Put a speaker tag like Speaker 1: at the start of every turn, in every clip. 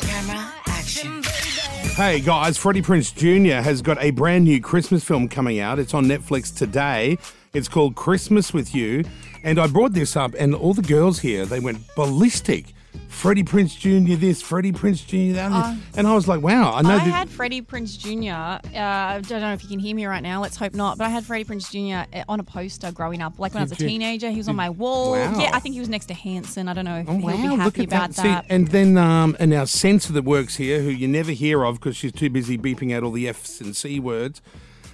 Speaker 1: Camera action.
Speaker 2: Hey guys, Freddie Prince Jr. has got a brand new Christmas film coming out. It's on Netflix today. It's called Christmas with You. And I brought this up, and all the girls here, they went ballistic. Freddie Prince Jr. this, Freddie Prince Jr. that. and I was like, wow, I know
Speaker 3: Oh. I
Speaker 2: that.
Speaker 3: had Freddie Prince Jr. Uh, I don't know if you can hear me right now. Let's hope not. But I had Freddie Prince Jr. on a poster growing up. Like when I was a
Speaker 2: Did you?
Speaker 3: teenager, he was on my wall.
Speaker 2: Wow.
Speaker 3: Yeah, I think he was next to Hanson. I don't know if
Speaker 2: Oh,
Speaker 3: he'll
Speaker 2: wow,
Speaker 3: be
Speaker 2: look
Speaker 3: happy
Speaker 2: at
Speaker 3: about
Speaker 2: See,
Speaker 3: that.
Speaker 2: and then, um, and our censor that works here, who you never hear of because she's too busy beeping out all the F's and C words,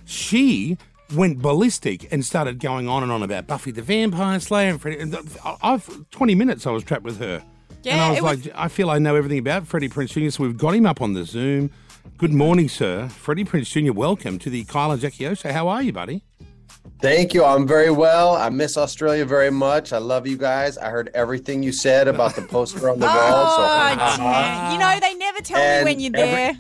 Speaker 2: she went ballistic and started going on and on about Buffy the Vampire Slayer and Freddie. And th- I- I've twenty minutes I was trapped with her, and
Speaker 3: Yeah,
Speaker 2: I was
Speaker 3: it
Speaker 2: like,
Speaker 3: was-
Speaker 2: I feel I know everything about Freddie Prince Jr. So we've got him up on the Zoom. Good morning, sir. Freddie Prince Jr. Welcome to the Kyle and Jackie O Show. How are you, buddy?
Speaker 4: Thank you. I'm very well. I miss Australia very much. I love you guys. I heard everything you said about the poster on the wall. So,
Speaker 3: Oh, yeah. you know, they never tell me
Speaker 4: Uh-huh. And
Speaker 3: when you're
Speaker 4: every-
Speaker 3: there.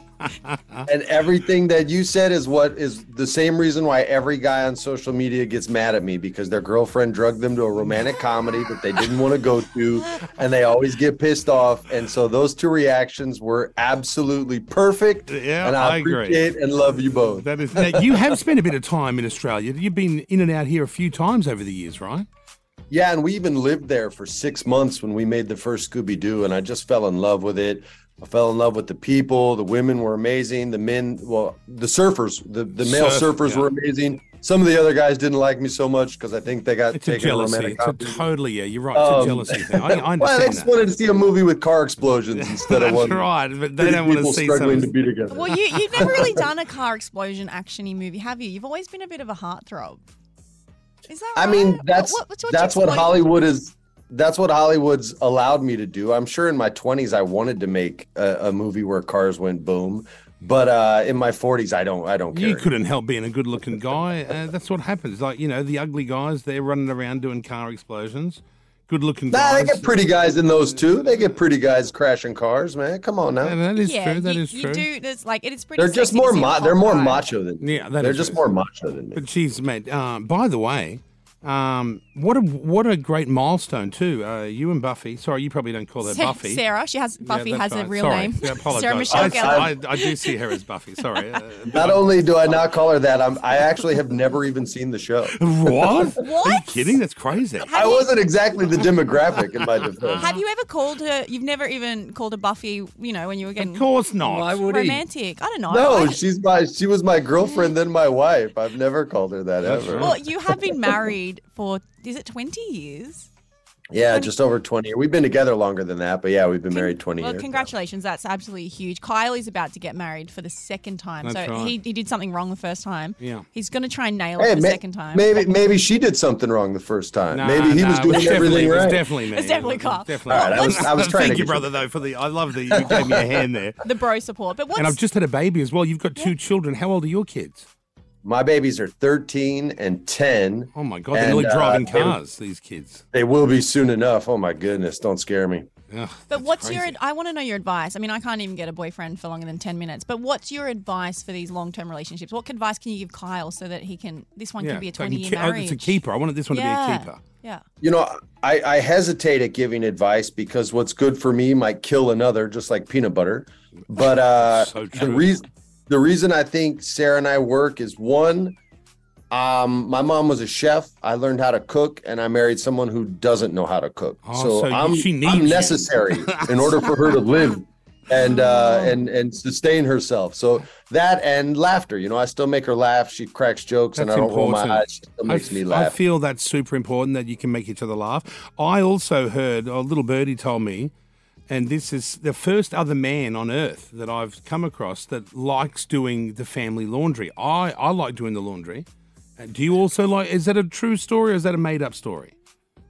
Speaker 4: and everything that you said is what is the same reason why every guy on social media gets mad at me because their girlfriend drugged them to a romantic comedy that they didn't want to go to, and they always get pissed off. And so those two reactions were absolutely perfect.
Speaker 2: Yeah,
Speaker 4: and I,
Speaker 2: I agree.
Speaker 4: appreciate and love you both.
Speaker 2: That is. Now, you have spent a bit of time in Australia. You've been in and out here a few times over the years, right?
Speaker 4: Yeah, and we even lived there for six months when we made the first Scooby Doo, and I just fell in love with it. I fell in love with the people. The women were amazing. The men, well, the surfers, the, the male
Speaker 2: Surf,
Speaker 4: surfers
Speaker 2: yeah.
Speaker 4: were amazing. Some of the other guys didn't like me so much because I think they got
Speaker 2: It's a
Speaker 4: taken
Speaker 2: jealousy.
Speaker 4: romantic
Speaker 2: It's a
Speaker 4: copies.
Speaker 2: totally yeah. You're right. It's a
Speaker 4: Um,
Speaker 2: jealousy thing. I, I understand
Speaker 4: Well, they just
Speaker 2: that.
Speaker 4: wanted to see a movie with car explosions instead of
Speaker 2: That's
Speaker 4: one.
Speaker 2: right, but they
Speaker 4: city
Speaker 2: don't want to
Speaker 4: people
Speaker 2: see
Speaker 4: struggling to
Speaker 2: something.
Speaker 4: be together.
Speaker 3: Well, you, you've never really done a car explosion actiony movie, have you? You've always been a bit of a heartthrob. Is that
Speaker 4: I
Speaker 3: right?
Speaker 4: mean,
Speaker 3: What-
Speaker 4: that's
Speaker 3: what- what's your
Speaker 4: that's what
Speaker 3: explosion?
Speaker 4: Hollywood is. That's what Hollywood's allowed me to do. I'm sure in my 20s I wanted to make a, a movie where cars went boom, but uh, in my 40s I don't. I don't care.
Speaker 2: You couldn't help being a good-looking guy. Uh, that's what happens. Like you know, the ugly guys they're running around doing car explosions. Good-looking
Speaker 4: Nah, they
Speaker 2: guys.
Speaker 4: get pretty guys in those too. They get pretty guys crashing cars, man. Come on now.
Speaker 2: Yeah, that is
Speaker 3: yeah,
Speaker 2: true. That
Speaker 3: you,
Speaker 2: is
Speaker 3: You
Speaker 2: true.
Speaker 3: do, it's like, it's pretty
Speaker 4: They're just
Speaker 3: sexy to
Speaker 4: more.
Speaker 3: see a
Speaker 4: Ma-
Speaker 3: hot
Speaker 4: they're more
Speaker 3: guy.
Speaker 4: macho than. me.
Speaker 2: Yeah, that
Speaker 4: they're
Speaker 2: is
Speaker 4: just
Speaker 2: true.
Speaker 4: more macho than me.
Speaker 2: But geez, mate. Uh, by the way, um, what a what a great milestone too. Uh, you and Buffy. Sorry, you probably don't call her
Speaker 3: Sa-
Speaker 2: Buffy.
Speaker 3: Sarah, she has Buffy
Speaker 2: Yeah,
Speaker 3: has
Speaker 2: that's
Speaker 3: a
Speaker 2: right.
Speaker 3: real
Speaker 2: Sorry.
Speaker 3: name.
Speaker 2: I apologise.
Speaker 3: Sarah Michelle
Speaker 2: I,
Speaker 3: Gellar.
Speaker 2: I, I do see her as Buffy. Sorry. Uh,
Speaker 4: Not only do I not call her that, I'm. I actually have never even seen the show.
Speaker 2: what? Are you
Speaker 3: What?
Speaker 2: kidding? That's crazy.
Speaker 3: Have
Speaker 4: I
Speaker 3: you-
Speaker 4: wasn't exactly the demographic in my defense.
Speaker 3: Have you ever called her? You've never even called her Buffy. You know when you were getting
Speaker 2: Of course not.
Speaker 5: Why would he?
Speaker 3: romantic. I don't know.
Speaker 4: No,
Speaker 3: I-
Speaker 4: she's my she was my girlfriend, then my wife. I've never called her that
Speaker 2: That's
Speaker 4: ever.
Speaker 2: right.
Speaker 3: well, you have been married for is it twenty years?
Speaker 4: Yeah, just over twenty. We've been together longer than that, but yeah, we've been
Speaker 3: Con-
Speaker 4: married twenty
Speaker 3: Well,
Speaker 4: years.
Speaker 3: congratulations. That's absolutely huge. Kyle is about to get married for the second time.
Speaker 2: That's
Speaker 3: so
Speaker 2: right.
Speaker 3: he, he did something wrong the first time.
Speaker 2: Yeah.
Speaker 3: He's going to try and nail
Speaker 4: Hey,
Speaker 3: it the
Speaker 4: ma-
Speaker 3: second time.
Speaker 4: maybe maybe she did something wrong the first time.
Speaker 2: Nah,
Speaker 4: maybe he
Speaker 2: nah,
Speaker 4: was
Speaker 2: it
Speaker 4: doing
Speaker 2: definitely-
Speaker 4: everything
Speaker 2: It was
Speaker 4: right.
Speaker 2: definitely me.
Speaker 3: It's definitely Carl.
Speaker 2: Definitely.
Speaker 4: All right, I was- I was trying to
Speaker 2: Thank you,
Speaker 4: get you-
Speaker 2: brother, though, for the. I love that you gave me a hand there.
Speaker 3: The bro support. But what's
Speaker 2: And I've just had a baby as well. You've got two children. How old are your kids?
Speaker 4: My babies are thirteen and ten.
Speaker 2: Oh my God, they're
Speaker 4: And,
Speaker 2: nearly
Speaker 4: uh,
Speaker 2: driving
Speaker 4: they-
Speaker 2: cars. These kids.
Speaker 4: They will be soon enough. Oh my goodness, don't scare me.
Speaker 2: Ugh,
Speaker 3: But
Speaker 2: that's
Speaker 3: what's
Speaker 2: crazy.
Speaker 3: your? ad- I want to know your advice. I mean, I can't even get a boyfriend for longer than ten minutes. But what's your advice for these long-term relationships? What advice can you give Kyle so that he can? This one
Speaker 2: Yeah,
Speaker 3: can be a
Speaker 2: so I can
Speaker 3: twenty-year
Speaker 2: ke- oh,
Speaker 3: marriage.
Speaker 2: It's a keeper. I wanted this one
Speaker 3: yeah.
Speaker 2: to be a keeper.
Speaker 3: Yeah.
Speaker 4: You know, I, I hesitate at giving advice because what's good for me might kill another, just like peanut butter. But uh,
Speaker 2: So
Speaker 4: the
Speaker 2: true.
Speaker 4: reason the reason I think Sarah and I work is one, um, my mom was a chef. I learned how to cook, and I married someone who doesn't know how to cook.
Speaker 2: Oh,
Speaker 4: so
Speaker 2: so you-
Speaker 4: I'm,
Speaker 2: she needs
Speaker 4: I'm
Speaker 2: you.
Speaker 4: necessary in order for her to live and uh,
Speaker 2: Oh.
Speaker 4: and and sustain herself. So that and laughter. You know, I still make her laugh. She cracks jokes, and I
Speaker 2: That's
Speaker 4: don't roll my
Speaker 2: important.
Speaker 4: eyes. She still makes
Speaker 2: I,
Speaker 4: me
Speaker 2: f-
Speaker 4: laugh.
Speaker 2: I feel that's super important that you can make each other laugh. I also heard a little birdie told me, and this is the first other man on earth that I've come across that likes doing the family laundry. I, I like doing the laundry. Uh, Do you also like? Is that a true story or is that a made up story?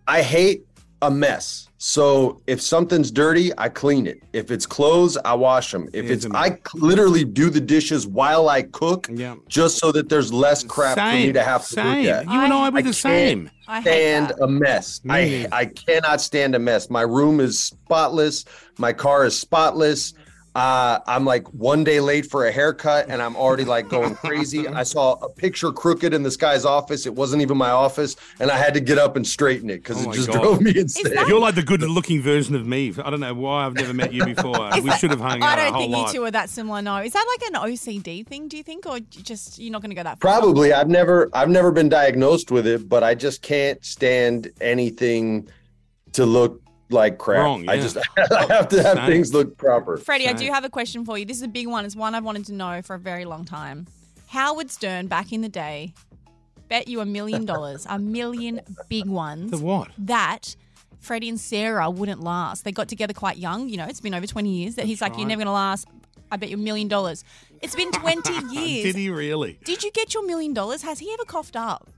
Speaker 4: I hate a mess. So if something's dirty, I clean it. If it's clothes, I wash them.
Speaker 2: It
Speaker 4: If
Speaker 2: is
Speaker 4: it's
Speaker 2: a mess.
Speaker 4: I c- literally do the dishes while I cook,
Speaker 2: Yeah.
Speaker 4: just so that there's less crap for me to have to
Speaker 2: same.
Speaker 4: look at.
Speaker 2: You and I
Speaker 3: I-
Speaker 2: were the
Speaker 4: I
Speaker 2: same.
Speaker 3: I hate
Speaker 4: Stand
Speaker 3: that.
Speaker 4: a mess.
Speaker 2: Me
Speaker 4: I
Speaker 2: neither.
Speaker 4: I cannot stand a mess. My room is spotless. My car is spotless. Uh, I'm like one day late for a haircut and I'm already like going crazy. I saw a picture crooked in this guy's office. It wasn't even my office. And I had to get up and straighten it because
Speaker 2: Oh
Speaker 4: it
Speaker 2: my
Speaker 4: just
Speaker 2: God.
Speaker 4: drove me insane.
Speaker 3: that-
Speaker 2: You're like the good looking version of me. I don't know why I've never met you before. we should have hung out. our
Speaker 3: I don't
Speaker 2: whole
Speaker 3: think
Speaker 2: life.
Speaker 3: you two are that similar. No, is that like an OCD thing? Do you think, or you just you're not going to go that far?
Speaker 4: Probably. I've never I've never been diagnosed with it, but I just can't stand anything to look like crap.
Speaker 2: Wrong,
Speaker 4: I
Speaker 2: yeah.
Speaker 4: just I have to have
Speaker 2: Same.
Speaker 4: things look proper.
Speaker 3: Freddie, I do
Speaker 2: Same.
Speaker 3: have a question for you. This is a big one. It's one I've wanted to know for a very long time. Howard Stern back in the day bet you a million dollars, a million big
Speaker 2: The
Speaker 3: ones,
Speaker 2: what?
Speaker 3: that Freddie and Sarah wouldn't last. They got together quite young. You know, it's been over 20 years that he's like, you're
Speaker 2: right.
Speaker 3: never going to last. I bet you a million dollars. It's been 20 years.
Speaker 2: Did he really?
Speaker 3: Did you get your million dollars? Has he ever coughed up?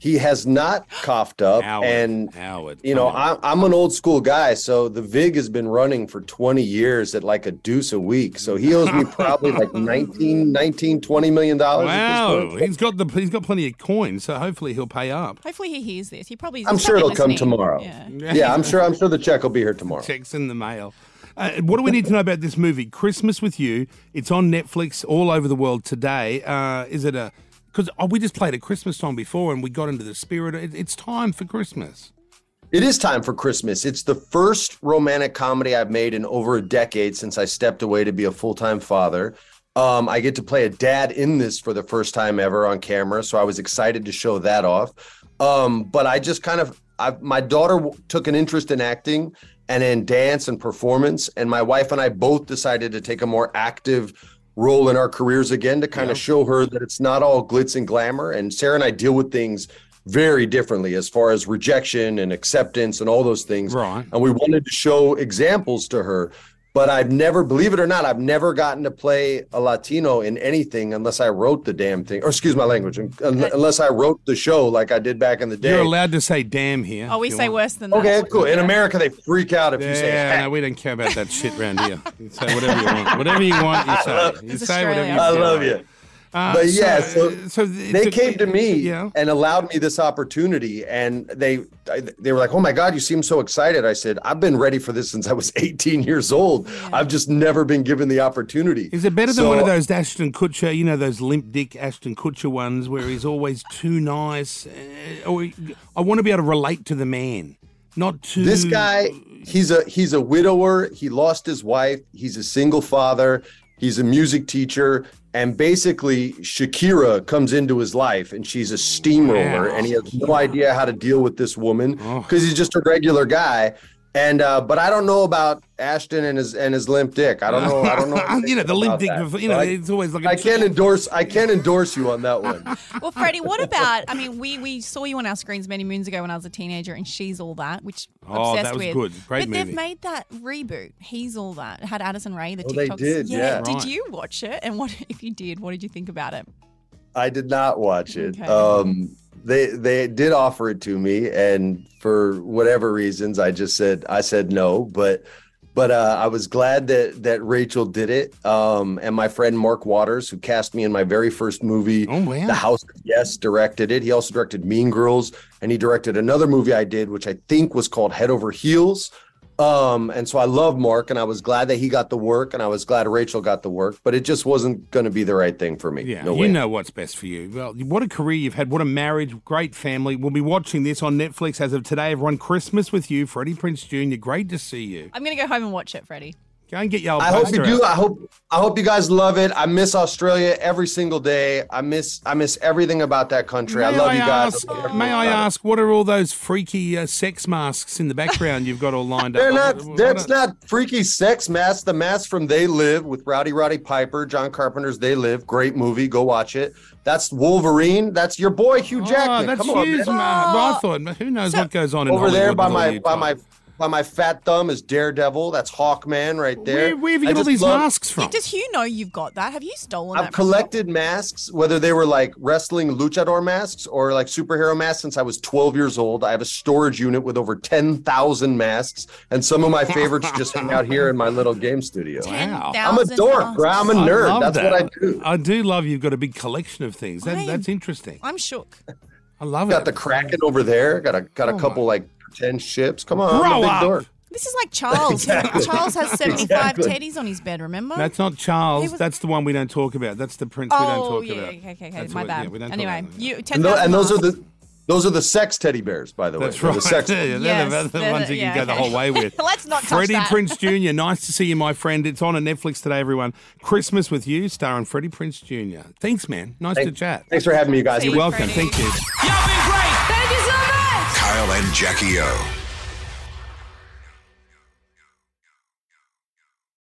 Speaker 4: He has not coughed up
Speaker 2: Howard.
Speaker 4: and
Speaker 2: Howard.
Speaker 4: you know,
Speaker 2: come on.
Speaker 4: I'm, I'm an old school guy, so the VIG has been running for 20 years at like a deuce a week. So he owes me probably like 19, 19, 20 million dollars. at this
Speaker 2: Wow,
Speaker 4: point.
Speaker 2: he's got the he's got plenty of coins, so hopefully he'll pay up.
Speaker 3: Hopefully he hears this. He probably.
Speaker 4: I'm
Speaker 3: he's
Speaker 4: sure it'll
Speaker 3: probably
Speaker 4: come
Speaker 3: listening.
Speaker 4: tomorrow.
Speaker 3: Yeah.
Speaker 4: Yeah, I'm sure I'm sure the check will be here tomorrow.
Speaker 2: Checks in the mail. Uh, what do we need to know about this movie, Christmas with You? It's on Netflix all over the world today. Uh, is it a? Because oh, we just played a Christmas song before, and we got into the spirit. It, it's time for Christmas.
Speaker 4: It is time for Christmas. It's the first romantic comedy I've made in over a decade since I stepped away to be a full time father. Um, I get to play a dad in this for the first time ever on camera, so I was excited to show that off. Um, but I just kind of, I, my daughter w- took an interest in acting and in dance and performance, and my wife and I both decided to take a more active role in our careers again to kind of show her that it's not all glitz and glamour. And Sarah and I deal with things very differently as far as rejection and acceptance and all those things.
Speaker 2: Right.
Speaker 4: And we wanted to show examples to her. But I've never, believe it or not, I've never gotten to play a Latino in anything unless I wrote the damn thing, or excuse my language, un- unless I wrote the show like I did back in the day.
Speaker 2: You're allowed to say "damn" here.
Speaker 3: Oh, we
Speaker 2: if you
Speaker 3: say
Speaker 2: want.
Speaker 3: worse than that.
Speaker 4: okay, cool. In America, they freak out if you say
Speaker 2: Yeah,
Speaker 4: "Hey."
Speaker 2: no, we don't care about that shit round here. You say whatever you want. Whatever you want, you say. You
Speaker 3: It's
Speaker 2: say whatever you
Speaker 3: Australia.
Speaker 4: I
Speaker 2: feel
Speaker 4: love
Speaker 2: like.
Speaker 4: you.
Speaker 2: Uh,
Speaker 4: But yeah, so
Speaker 2: th-
Speaker 4: they
Speaker 2: th-
Speaker 4: came to me
Speaker 2: Yeah.
Speaker 4: and allowed me this opportunity and they I- they were like oh my god you seem so excited i said i've been ready for this since i was 18 years old i've just never been given the opportunity
Speaker 2: Is it better than
Speaker 4: So-
Speaker 2: one of those Ashton Kutcher, you know, those limp dick Ashton Kutcher ones where he's always too nice? Uh, or I want to be able to relate to the man, not too.
Speaker 4: this guy he's a he's a widower he lost his wife he's a single father he's a music teacher and basically shakira comes into his life and she's a steamroller
Speaker 2: Wow.
Speaker 4: and he has no idea how to deal with this woman
Speaker 2: Oh.
Speaker 4: because he's just a regular guy and uh, but I don't know about Ashton and his and his limp dick. I don't know. I don't know.
Speaker 2: you know, the limp
Speaker 4: about
Speaker 2: dick,
Speaker 4: that.
Speaker 2: you know,
Speaker 4: I,
Speaker 2: it's always like a
Speaker 4: I can't endorse. I can't endorse you on that one.
Speaker 3: Well, Freddie, what about? I mean, we we saw you on our screens many moons ago when I was a teenager, and she's all that, which
Speaker 2: Oh,
Speaker 3: obsessed
Speaker 2: that was
Speaker 3: with.
Speaker 2: good. Great
Speaker 3: but
Speaker 2: movie.
Speaker 3: they've made that reboot. He's all that. It Had Addison Ray the
Speaker 4: Oh, they
Speaker 3: TikTok.
Speaker 4: did, yeah.
Speaker 2: Right.
Speaker 3: Did you watch it? And what if you did? What did you think about it?
Speaker 4: I did not watch it.
Speaker 3: Okay.
Speaker 4: Um, they they did offer it to me, and for whatever reasons, I just said I said no. But but uh, I was glad that that Rachel did it. Um, and my friend Mark Waters, who cast me in my very first movie,
Speaker 2: Oh, wow.
Speaker 4: The House of Yes, directed it. He also directed Mean Girls, and he directed another movie I did, which I think was called Head Over Heels. Um, and so I love Mark, and I was glad that he got the work, and I was glad Rachel got the work, but it just wasn't going to be the right thing for me.
Speaker 2: Yeah,
Speaker 4: no
Speaker 2: you
Speaker 4: way.
Speaker 2: know what's best for you. Well, what a career you've had. What a marriage. Great family. We'll be watching this on Netflix as of today. Everyone, Christmas with you, Freddie Prince Jr. Great to see you.
Speaker 3: I'm gonna go home and watch it, Freddie.
Speaker 2: Go and get your old
Speaker 4: I hope you
Speaker 2: poster
Speaker 4: do.
Speaker 2: out.
Speaker 4: I hope I hope you guys love it. I miss Australia every single day. I miss I miss everything about that country. I
Speaker 2: May
Speaker 4: love you guys.
Speaker 2: ask-
Speaker 4: I love everything
Speaker 2: may I
Speaker 4: about it.
Speaker 2: ask, what are all those freaky uh, sex masks in the background you've got all lined
Speaker 4: They're
Speaker 2: up?
Speaker 4: not.
Speaker 2: What-
Speaker 4: That's
Speaker 2: what-
Speaker 4: not freaky sex masks. The masks from They Live with Rowdy Roddy Piper, John Carpenter's They Live. Great movie. Go watch it. That's Wolverine. That's your boy Hugh Jackman.
Speaker 2: Oh, that's
Speaker 4: Come on,
Speaker 2: huge,
Speaker 4: man.
Speaker 2: man.
Speaker 3: Ah.
Speaker 2: Well, I thought, who knows what goes on in
Speaker 4: over there
Speaker 2: Hollywood
Speaker 4: by
Speaker 2: with all
Speaker 4: my
Speaker 2: you
Speaker 4: by
Speaker 2: types.
Speaker 4: my by my fat thumb is Daredevil. That's Hawkman right there.
Speaker 2: Where, where have you
Speaker 4: I
Speaker 2: got all
Speaker 4: just
Speaker 2: these
Speaker 4: love-
Speaker 2: masks from?
Speaker 3: Does Hugh know you've got that? Have you stolen
Speaker 4: I've
Speaker 3: that? from someone?
Speaker 4: collected masks, whether they were like wrestling luchador masks or like superhero masks since I was 12 years old. I have a storage unit with over 10,000 masks, and some of my favorites just hang out here in my little game studio.
Speaker 2: Wow.
Speaker 4: I'm a
Speaker 3: 10,000
Speaker 4: dork, bro. I'm a
Speaker 2: I
Speaker 4: nerd.
Speaker 2: love
Speaker 4: That's
Speaker 2: that.
Speaker 4: what I do.
Speaker 2: I do love you've got a big collection of things. That,
Speaker 3: I-
Speaker 2: that's interesting.
Speaker 3: I'm shook.
Speaker 2: I love
Speaker 4: Got
Speaker 2: it. Oh
Speaker 4: the Kraken over there. Got a got a
Speaker 2: my-
Speaker 4: couple like pretend ships. Come on, I'm
Speaker 2: Grow
Speaker 4: a big
Speaker 2: up.
Speaker 4: dork.
Speaker 3: This is like Charles.
Speaker 4: Exactly.
Speaker 3: Charles has 75
Speaker 4: Exactly.
Speaker 3: teddies on his bed, remember?
Speaker 2: That's not Charles.
Speaker 3: He was-
Speaker 2: That's the one we don't talk about. That's the prince we don't
Speaker 3: oh,
Speaker 2: talk
Speaker 3: yeah,
Speaker 2: about.
Speaker 3: okay, okay, okay.
Speaker 2: That's
Speaker 3: My
Speaker 2: what-
Speaker 3: bad.
Speaker 2: yeah, we don't talk
Speaker 3: anyway,
Speaker 2: about it.
Speaker 3: you 10,000
Speaker 4: And, tho- and those are
Speaker 3: masks.
Speaker 4: the those are the sex teddy bears, by the way.
Speaker 2: That's
Speaker 4: They're
Speaker 2: right.
Speaker 4: The sex
Speaker 2: yeah, they're the-
Speaker 3: Yes,
Speaker 2: they're the
Speaker 3: they're
Speaker 2: ones
Speaker 3: the-
Speaker 2: you
Speaker 3: yeah,
Speaker 2: can go
Speaker 3: okay.
Speaker 2: the whole way with.
Speaker 3: Let's not touch
Speaker 2: Freddie
Speaker 3: that.
Speaker 2: Prince Jr. Nice to see you, my friend. It's on on Netflix today, everyone. Christmas with you, starring Freddie Prince Jr. Thanks, man. Nice to chat.
Speaker 4: Thanks for having me, you guys.
Speaker 3: See
Speaker 4: You're
Speaker 3: you.
Speaker 2: Welcome.
Speaker 3: Freddie.
Speaker 2: Thank you.
Speaker 1: Y'all been great.
Speaker 5: Thank you so much.
Speaker 6: Kyle and Jackie O.